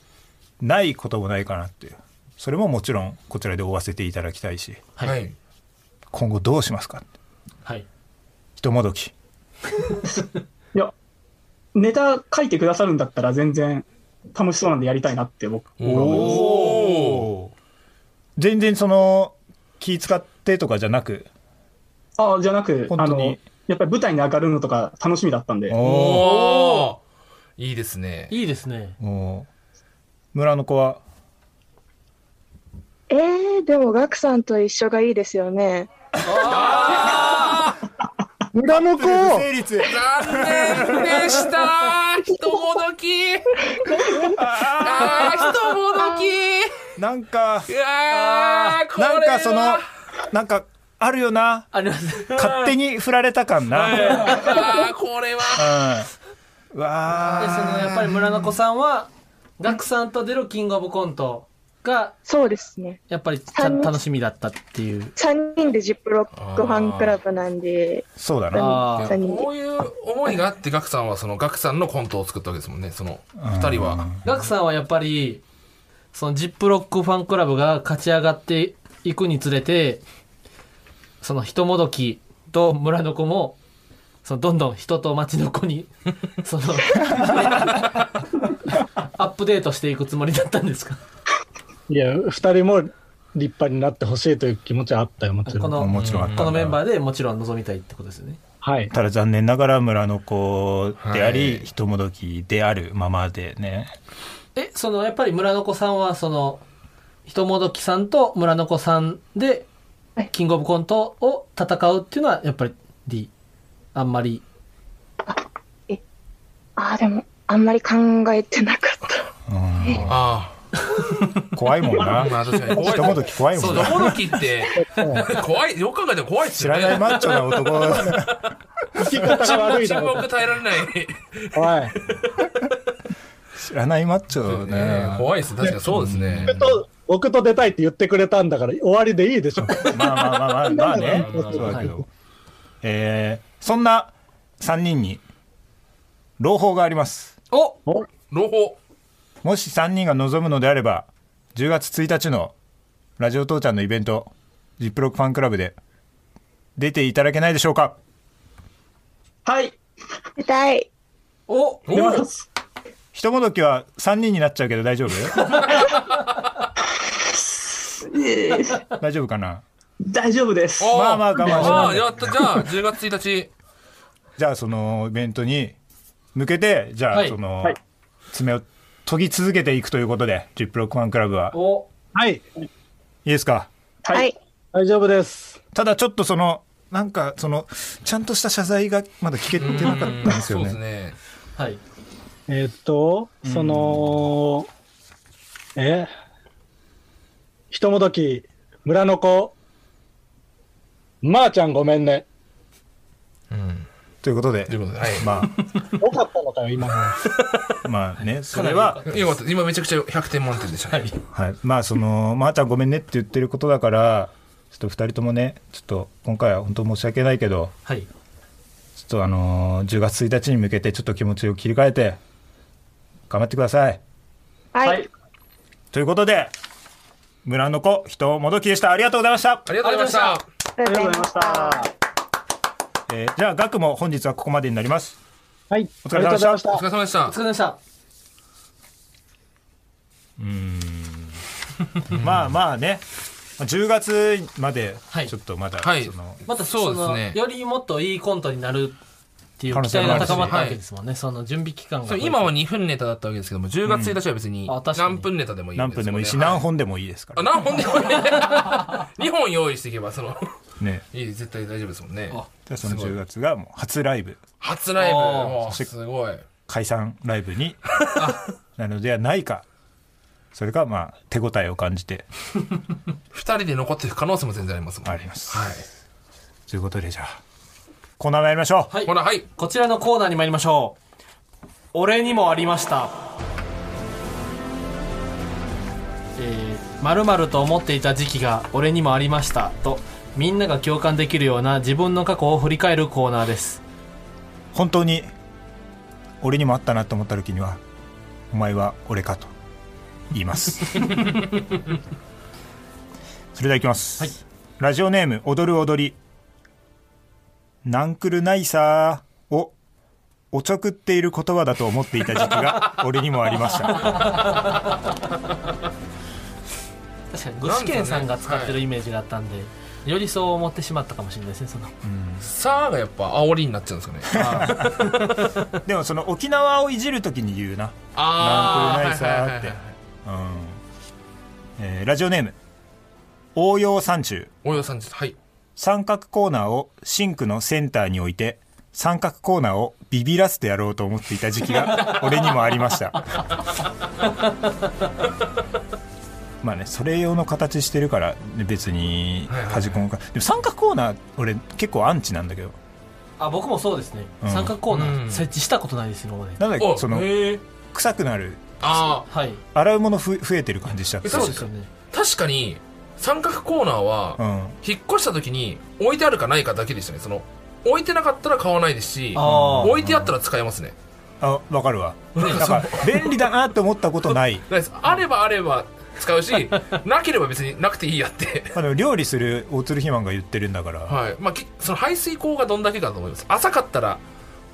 Speaker 2: ないこともないかなっていうそれももちろんこちらで追わせていただきたいし
Speaker 4: は。
Speaker 3: はい
Speaker 2: 今後どうしますかって
Speaker 3: はい。
Speaker 2: ひともどき
Speaker 10: いや、ネタ書いてくださるんだったら全然楽しそうなんでやりたいなって僕。
Speaker 4: おー。
Speaker 2: 全然その気使ってとかじゃなく
Speaker 10: ああ、じゃなく、
Speaker 2: 本当
Speaker 10: あ
Speaker 2: に
Speaker 10: の、やっぱり舞台に上がるのとか楽しみだったんで、
Speaker 2: お
Speaker 4: おー。いいですね。
Speaker 3: いいですね。
Speaker 2: ーおー村の子は
Speaker 9: えー、でもガクさんと一緒がいいですよね。
Speaker 6: 村の子
Speaker 2: 成立
Speaker 4: 残念でしたひともどきあーひともどき
Speaker 2: なんか
Speaker 4: うわーこれ
Speaker 2: なんかその
Speaker 4: は、
Speaker 2: なんか、あるよな。
Speaker 3: あります。
Speaker 2: 勝手に振られた感な。
Speaker 4: あーこれは
Speaker 2: うん。うわ
Speaker 3: でその
Speaker 2: ー
Speaker 3: やっぱり村の子さんはガクさんと出るキングオブコントが
Speaker 9: そうですね。
Speaker 3: やっぱりちゃん楽しみだったっていう
Speaker 9: 3人でジップロックファンクラブなんで、
Speaker 2: そうだな。
Speaker 3: あ
Speaker 9: 三人で
Speaker 4: こういう思いがあってガクさんはそのガクさんのコントを作ったわけですもんねその二人は
Speaker 3: ガクさんはやっぱりそのジップロックファンクラブが勝ち上がっていくにつれてその人もどきと村の子もそのどんどん人と町の 子にそのアップデートしていくつもりだったんですか
Speaker 5: いや、二人も立派になってほしいという気持ちはあったよ、もちろ
Speaker 3: こ
Speaker 5: ん。
Speaker 3: の
Speaker 2: もちろんあったんだ
Speaker 3: このメンバーでもちろん望みたいってことですよね
Speaker 5: はい。
Speaker 2: ただ残念ながら村の子であり、
Speaker 4: はい
Speaker 2: ひともどきであるままでね。
Speaker 3: えそのやっぱり村の子さんはそのひともどきさんと村の子さんで
Speaker 9: はい
Speaker 3: キングオブコントを戦うっていうのはやっぱり D あんまり
Speaker 9: ああ、でも、あんまり考えてなかった。
Speaker 2: うん
Speaker 4: あ
Speaker 2: 怖いもん
Speaker 4: あ
Speaker 2: な。
Speaker 4: まあ確かに
Speaker 2: ひともどき怖いも
Speaker 4: そうん
Speaker 2: な。
Speaker 4: ひともどきって怖いよく考えても怖いっす
Speaker 2: 知
Speaker 4: よ
Speaker 2: らな
Speaker 4: ね
Speaker 2: いマッチョな男。
Speaker 5: 生き方が悪い
Speaker 4: 沈
Speaker 5: だろう
Speaker 4: 黙耐えられない
Speaker 5: と。はい。
Speaker 2: 知らないマッチョだ
Speaker 4: ね
Speaker 2: な。
Speaker 4: 怖いです確かにそうですね
Speaker 5: 僕と、僕と出たいって言ってくれたんだから、終わりでいいでしょ。
Speaker 2: まあまあまあまあ、まあね。
Speaker 5: なんだろう
Speaker 2: そうだけど。えーそんな3人に、朗報があります。
Speaker 3: お
Speaker 4: 朗報
Speaker 2: もし3人が望むのであれば、10月1日のラジオ父ちゃんのイベント、ジップロックファンクラブで出ていただけないでしょうか
Speaker 10: はい、
Speaker 9: 出たい。
Speaker 3: お
Speaker 10: 出ます。
Speaker 2: ひともどきは3人になっちゃうけど大丈夫大丈夫かな
Speaker 10: 大丈夫です。
Speaker 4: ー
Speaker 2: まあまあ我慢しない
Speaker 4: ああ、やった。じゃあ、10月1日。
Speaker 2: じゃあそのイベントに向けて、じゃ
Speaker 3: は
Speaker 2: あ
Speaker 3: い
Speaker 2: その、
Speaker 10: はい
Speaker 2: 爪を研ぎ続けていくということで、ジップロックファンクラブは。い
Speaker 3: お
Speaker 5: はい。
Speaker 2: いですか
Speaker 9: は
Speaker 10: はいい。
Speaker 5: 大丈夫です。
Speaker 2: ただちょっとその、なんかその、ちゃんとした謝罪がまだ聞けてなかったんですよ
Speaker 4: そう
Speaker 2: ね
Speaker 4: です。ね。
Speaker 3: はい
Speaker 5: えーっと、その、えひともどき、村の子、まー、ちゃんごめんね。
Speaker 4: うん。
Speaker 2: ということで
Speaker 4: とい、うことで、はい。
Speaker 2: ま
Speaker 5: よかったのかよ、今の。
Speaker 2: あ、まあね、それは、
Speaker 4: よかった。今めちゃくちゃ100点満点でしたね。
Speaker 2: はい、まあその、まー、ちゃんごめんねって言ってることだから、ちょっと二人ともね、ちょっと今回は本当申し訳ないけど、
Speaker 3: はい
Speaker 2: ちょっとあのー10月1日に向けてちょっと気持ちを切り替えて、頑張ってください。
Speaker 9: はい。
Speaker 10: はい。
Speaker 2: ということで、村の子、人もどきでした。ありがとうございました。
Speaker 4: ありがとうございました。
Speaker 9: ありがとうございました。
Speaker 2: えーじゃあ、学も本日はここまでになります。
Speaker 5: はい。
Speaker 2: お疲れ様でした
Speaker 5: ありがとうございました
Speaker 4: お疲れ様でし
Speaker 3: お
Speaker 4: た
Speaker 3: 疲。れ様でした。
Speaker 2: まあまあね、まあ10月まで
Speaker 3: は、い
Speaker 2: ちょっとまだ、
Speaker 4: はい
Speaker 2: その、
Speaker 3: また
Speaker 4: そうですね
Speaker 3: そのよりもっといいコントになるってい
Speaker 2: 可
Speaker 3: う期
Speaker 2: 能
Speaker 3: 待
Speaker 2: 性もあ
Speaker 3: が
Speaker 2: るし
Speaker 3: 高まったわけですもんね。その準備期間
Speaker 4: そ
Speaker 3: が。
Speaker 4: う今は2分ネタだったわけですけども、10月1日は別
Speaker 3: う
Speaker 4: に
Speaker 3: んあ確かに
Speaker 4: 何分ネタでもいいん
Speaker 2: 何
Speaker 4: です
Speaker 2: 分
Speaker 4: よ
Speaker 2: で
Speaker 4: ね
Speaker 2: もいいし、
Speaker 4: は
Speaker 2: 何本でもいいですか
Speaker 4: あ
Speaker 2: ら。
Speaker 4: 何本でもいい。2本用意していけば、その、
Speaker 2: ね。
Speaker 4: いい、絶対大丈夫ですもんね。
Speaker 3: あ
Speaker 2: じゃあその
Speaker 4: すごい
Speaker 2: 10月がもう初ライブ、
Speaker 4: 初ライブ。
Speaker 3: あー
Speaker 4: もうすごい。
Speaker 2: 解散ライブ になのではないか。それか、まあ、手応えを感じて
Speaker 4: 2人で残ってる可能性も全然ありますもん。
Speaker 2: あります。
Speaker 4: はい。
Speaker 2: ということで、じゃあ、コーナー参りましょう。
Speaker 3: はい
Speaker 4: ほら、はい。
Speaker 3: こちらのコーナーに参りましょう。俺にもありました。えー、〇〇と思っていた時期が俺にもありましたと、みんなが共感できるような自分の過去を振り返るコーナーです。
Speaker 2: 本当に俺にもあったなと思った時には「お前は俺か」と言います それではいきます、
Speaker 3: はい
Speaker 2: ラジオネーム「踊る踊り」「ナンクルナイサー」をおちょくっている言葉だと思っていた時期 が俺にもありました
Speaker 3: 確かに、具志堅さんが使ってるイメージがあったんで、よりそう思ってしまったかもしれないですね、その。
Speaker 4: さあがやっぱ煽りになっちゃうんですかね。
Speaker 2: でもその沖縄をいじる時に言うな
Speaker 4: あー
Speaker 2: なんとないさーって
Speaker 4: はいはいはいはい
Speaker 2: うん、えーラジオネーム「応用山中」
Speaker 4: 大岩さんです。はい。
Speaker 2: 三角コーナーをシンクのセンターに置いて三角コーナーをビビらせてやろうと思っていた時期 が俺にもありましたまあねそれ用の形してるからね別に
Speaker 4: はいはいはい
Speaker 2: 端っこもかでも三角コーナー俺結構アンチなんだけど
Speaker 3: あ、僕もそうですね。
Speaker 2: うん
Speaker 3: 三角コーナ
Speaker 4: う
Speaker 3: ー
Speaker 4: ん
Speaker 3: 設置したことないです、今まで。
Speaker 2: なんだっけ
Speaker 4: お
Speaker 2: その
Speaker 4: へー
Speaker 2: 臭くなる
Speaker 4: あ
Speaker 3: はい。
Speaker 2: 洗うものふ増えてる感じしちゃって
Speaker 4: えそう
Speaker 3: そう
Speaker 4: で
Speaker 3: ですす
Speaker 4: よ
Speaker 3: よね。
Speaker 4: あ、確かに、三角コーナーは、
Speaker 2: うん
Speaker 4: 引っ越した時に置いてあるかないかだけでしたねその置いてなかったら買わないですし
Speaker 3: あー
Speaker 4: 置いてあったら使えますね
Speaker 2: あわかるわなんか便利だなって思ったことない
Speaker 4: ないですあればあれば使うしなければ別になくていいやって
Speaker 2: あの料理する大鶴ひまんが言ってるんだから、
Speaker 4: はいまあきその排水口がどんだけかと思います浅かったら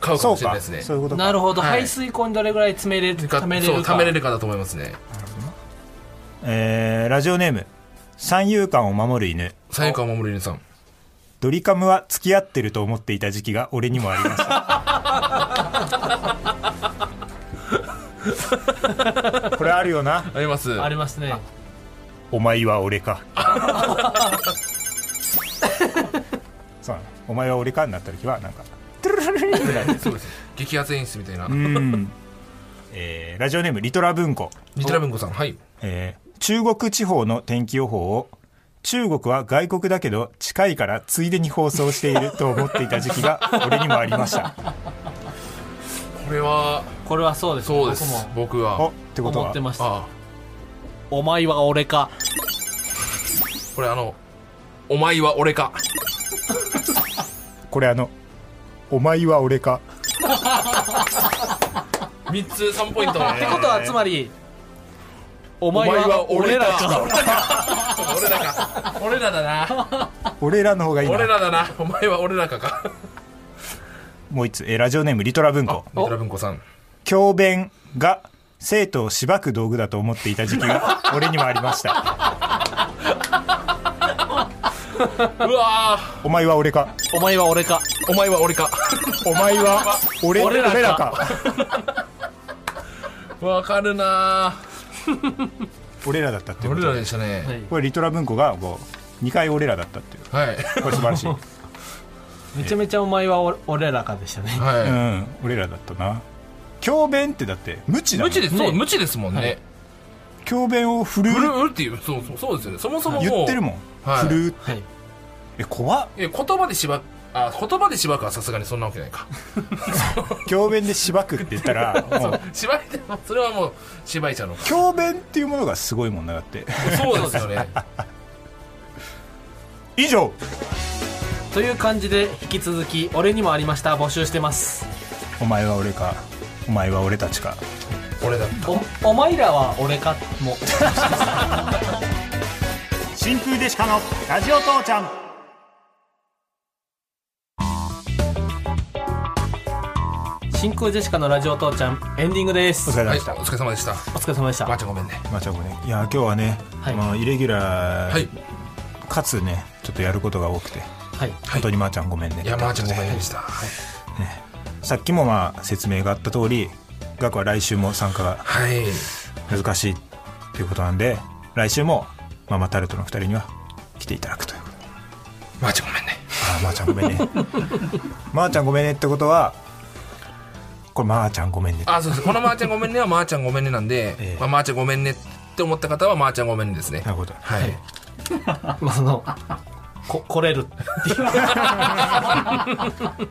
Speaker 4: 買うか
Speaker 2: そ
Speaker 4: も
Speaker 2: う
Speaker 4: しれな
Speaker 2: か
Speaker 4: いですね
Speaker 2: そういうことか
Speaker 3: なるほど、
Speaker 4: はい
Speaker 3: 排水口にどれぐらい詰めれる
Speaker 4: か
Speaker 3: 溜めれる
Speaker 4: そ
Speaker 3: か
Speaker 4: う貯めれるかだと思いますね
Speaker 2: えーラジオネーム三遊間を守る犬
Speaker 4: 三遊間守る犬さん
Speaker 2: ドリカムは付き合ってると思っていた時期が俺にもありました これあるよな
Speaker 4: あります
Speaker 3: ありますね
Speaker 2: お前は俺かそうなのお前は俺かになった時はなんかトゥルルルルルぐらい
Speaker 4: そうです激アツ演出みたいな
Speaker 2: うん、えーラジオネームリトラ文庫
Speaker 4: リトラ文庫さんはい
Speaker 2: えー中国地方の天気予報を中国は外国だけど近いからついでに放送していると思っていた時期が俺にもありました。
Speaker 4: これは
Speaker 3: これはそうですね
Speaker 4: そうです僕
Speaker 2: おっ
Speaker 4: は
Speaker 2: て
Speaker 3: 僕
Speaker 2: こと
Speaker 3: も思
Speaker 2: は
Speaker 3: ってました
Speaker 4: あ
Speaker 3: お前は俺か
Speaker 4: あこれあのお前は俺か
Speaker 2: これあの「お前は俺か
Speaker 4: 3つ3ポイン ト
Speaker 3: ってことはつまりお
Speaker 4: お
Speaker 3: 前は俺らか
Speaker 4: 俺らか俺らだな
Speaker 2: 俺らの方がいいな
Speaker 4: 俺らだなお前は俺ら かか
Speaker 2: もう一つ、えーラジオネームリトラ文庫
Speaker 4: 三浦文庫さん
Speaker 2: 教鞭が生徒をしばく道具だと思っていた時期が俺にもありました
Speaker 4: うわー
Speaker 2: 「お前は俺か
Speaker 3: お前は俺か
Speaker 4: お前は俺か
Speaker 2: お前は俺
Speaker 3: 俺らか
Speaker 2: 俺らか
Speaker 4: わかるな
Speaker 2: 俺らだったっていうこ
Speaker 4: 俺
Speaker 2: と
Speaker 4: ら
Speaker 2: で
Speaker 4: でした
Speaker 3: は
Speaker 4: ね
Speaker 3: い
Speaker 2: これリトラ文庫がこう2回俺らだったっていう
Speaker 4: はい
Speaker 2: これ素晴らしい
Speaker 3: めちゃめちゃお前は俺俺らかでしたね
Speaker 2: う
Speaker 4: は
Speaker 2: ん俺らだったな教鞭ってだって無知
Speaker 4: い
Speaker 2: だも
Speaker 4: 無
Speaker 2: ん
Speaker 4: 知ですそう
Speaker 3: ね
Speaker 4: 無知ですもんね
Speaker 2: 教鞭を振るう
Speaker 4: うるうるっていうそうそうそうですよねそもそももう
Speaker 2: 言ってるもん、
Speaker 4: はい
Speaker 2: 振るう
Speaker 3: はい
Speaker 2: え怖っ
Speaker 4: いや言葉でしばあ言葉でしばくはさすがにそんなわけないか
Speaker 2: 教鞭でしばくって言った らもう
Speaker 4: しばいてそれはもうしばいちゃうのか
Speaker 2: 教鞭っていうものがすごいもんなだって
Speaker 4: そうですよね
Speaker 2: 以上
Speaker 3: という感じで引き続き俺にもありました募集してます
Speaker 2: お前は俺かお前は俺たちか
Speaker 4: 俺だ
Speaker 3: おお前らは俺かも
Speaker 11: 真空デシカのラジオ父ちゃん
Speaker 3: 真空ジェシカのラジオ父ちゃんエンディングです
Speaker 2: お疲れ様でした
Speaker 4: お疲れ様でしたお
Speaker 3: 疲れ様でした
Speaker 4: まーちゃんごめんね
Speaker 2: まあちゃんごめんいや今日はね、まあ、イレギュラー、かつねちょっとやることが多くて、
Speaker 3: はい、
Speaker 2: 本当にまーちゃんごめんね
Speaker 4: いやまーちゃんごめんでした、
Speaker 2: さっきもまあ説明があった通りガクは来週も参加が難しいっていうことなんで、来週もママタルトの2人には来ていただくということ
Speaker 4: まーちゃんごめんね
Speaker 2: ああまーちゃんごめんねまーちゃんごめんねってことはこれまーちゃんごめんね
Speaker 4: あそうですこのまーちゃんごめんねはまー ちゃんごめんねなんで、まあ、まーちゃんごめんねって思った方はまーちゃんごめんねですね
Speaker 2: なるほど
Speaker 4: はい
Speaker 3: まあそのこ来れる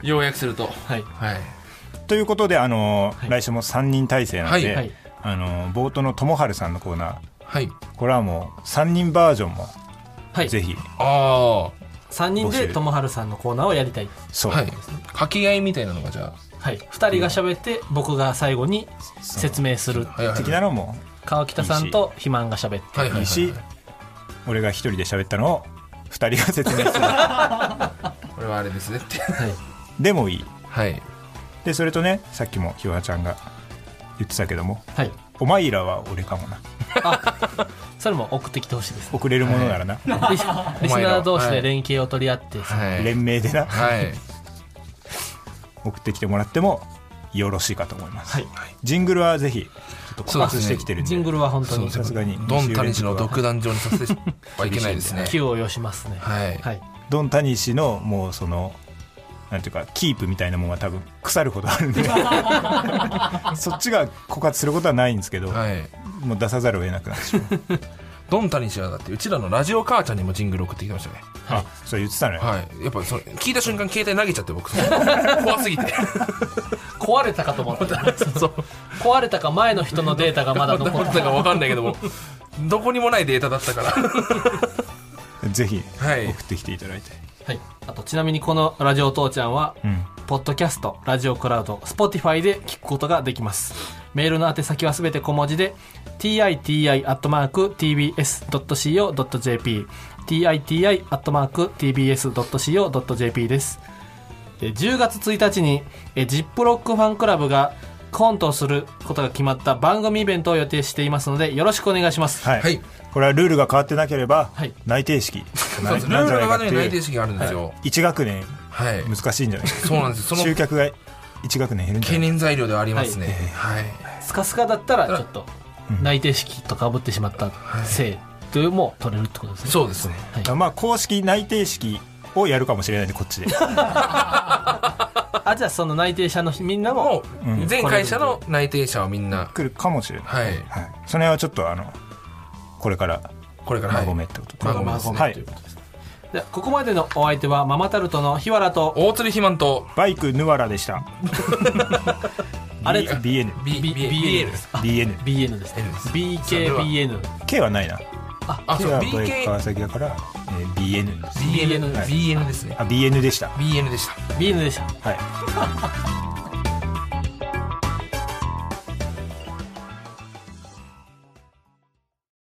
Speaker 4: 要約すると
Speaker 3: はい、
Speaker 4: はい、
Speaker 2: ということであのー、来週も3人体制なんで、
Speaker 4: はい
Speaker 2: あのー冒頭のともはるさんのコーナー、
Speaker 4: はい、
Speaker 2: これはもう3人バージョンも、
Speaker 3: はい
Speaker 2: ぜひ
Speaker 4: ああ
Speaker 3: 3人でともはるさんのコーナーをやりたい
Speaker 2: そう
Speaker 4: はい掛け合いみたいなのがじゃ
Speaker 3: はい、2人が喋って僕が最後に説明する
Speaker 2: いはい的なのも
Speaker 3: 川北さんと肥満が喋って
Speaker 2: いいし俺が一人で喋ったのを2人が説明する
Speaker 4: これはあれですねって
Speaker 2: でもいい、
Speaker 4: はい、
Speaker 2: でそれとねさっきもひわちゃんが言ってたけども、
Speaker 3: はい、
Speaker 2: お前らは俺かもな
Speaker 3: それも送ってきてほしいです
Speaker 2: 送れるものならな、
Speaker 3: リスリスナー同士で連携を取り合って、
Speaker 2: 連名でな、
Speaker 4: はい、
Speaker 2: 送ってきてもらってもよろしいかと思います、
Speaker 3: はい
Speaker 2: ジングルはぜひちょっと告
Speaker 4: そう
Speaker 2: 発
Speaker 4: です
Speaker 2: し
Speaker 4: ね
Speaker 2: てきてるんで
Speaker 3: ジングルは本当に
Speaker 2: さすがに
Speaker 4: ドン・タニシの独壇場にさせてはいけないですね
Speaker 3: 気を要しますね
Speaker 4: はい、
Speaker 3: はい、
Speaker 2: ドン・タニシのもうそのなんていうかキープみたいなものが多分腐るほどあるんでそっちが枯渇することはないんですけど、もう出さざるを得なくなってしまう
Speaker 4: ドン・タニシはだってうちらのラジオ母ちゃんにもジングル送ってきてましたね
Speaker 2: あそう言ってたね
Speaker 4: はいやっぱその聞いた瞬間携帯投げちゃって 僕怖すぎて
Speaker 3: 壊れたかと思った 壊れたか前の人のデータがまだ残
Speaker 4: っ
Speaker 3: ってて
Speaker 4: たか分かんないけどもどこにもないデータだったから
Speaker 2: ぜひ
Speaker 4: はい
Speaker 2: 送ってきていただいて、
Speaker 3: はい、あとちなみにこの「ラジオ父ちゃんは」
Speaker 2: うん
Speaker 3: ポッドキャストラジオクラウド Spotify で聞くことができますメールの宛先はすべて小文字で titi.tbs.co.jp titi.tbs.co.jp ですえー10月1日にえジップロックファンクラブがコントをすることが決まった番組イベントを予定していますのでよろしくお願いします
Speaker 2: はいこれはルールが変わってなければ、内定式
Speaker 4: そうです
Speaker 2: な
Speaker 4: ル
Speaker 2: ん
Speaker 4: ール
Speaker 2: じゃ
Speaker 4: の
Speaker 2: ない
Speaker 4: 中
Speaker 2: って
Speaker 4: に
Speaker 2: いう
Speaker 4: 内定式があるんですよ
Speaker 2: はい一学年、難しいんじゃない
Speaker 4: そうなんですよその
Speaker 2: 集客が一学年減るんじゃ
Speaker 4: 懸
Speaker 2: ない
Speaker 4: 念材料ではありますねはい、
Speaker 3: スカスカだったらちょっと内定式とかぶってしまったせいというも取れるってことですね
Speaker 4: そうですね
Speaker 2: まあ公式内定式をやるかもしれないんでこっ ちで
Speaker 3: あじゃあその内定者のみんなも
Speaker 2: うん
Speaker 4: 全会社の内定者はみんな
Speaker 2: 来るかもしれない、
Speaker 4: はい
Speaker 2: その辺はちょっとあのこれから
Speaker 4: これからはい
Speaker 2: ごめってことで
Speaker 4: 馬込ですね
Speaker 2: はい
Speaker 4: ということです
Speaker 3: でここまでのお相手はママタルトの日原と
Speaker 4: 大鶴ひまんと
Speaker 2: バイクヌワラでした
Speaker 3: あれ
Speaker 2: BN
Speaker 4: B- B- BL です
Speaker 2: BN
Speaker 3: BN です
Speaker 2: ね
Speaker 3: BKBN
Speaker 2: K はないな
Speaker 3: あ
Speaker 4: あ
Speaker 2: K
Speaker 4: そう
Speaker 2: は
Speaker 4: BK
Speaker 2: バイク川崎だから、えー BN です
Speaker 4: BN
Speaker 2: はい
Speaker 4: BN ですね
Speaker 2: あ BN でした
Speaker 4: BN でした
Speaker 3: BN でした
Speaker 2: はい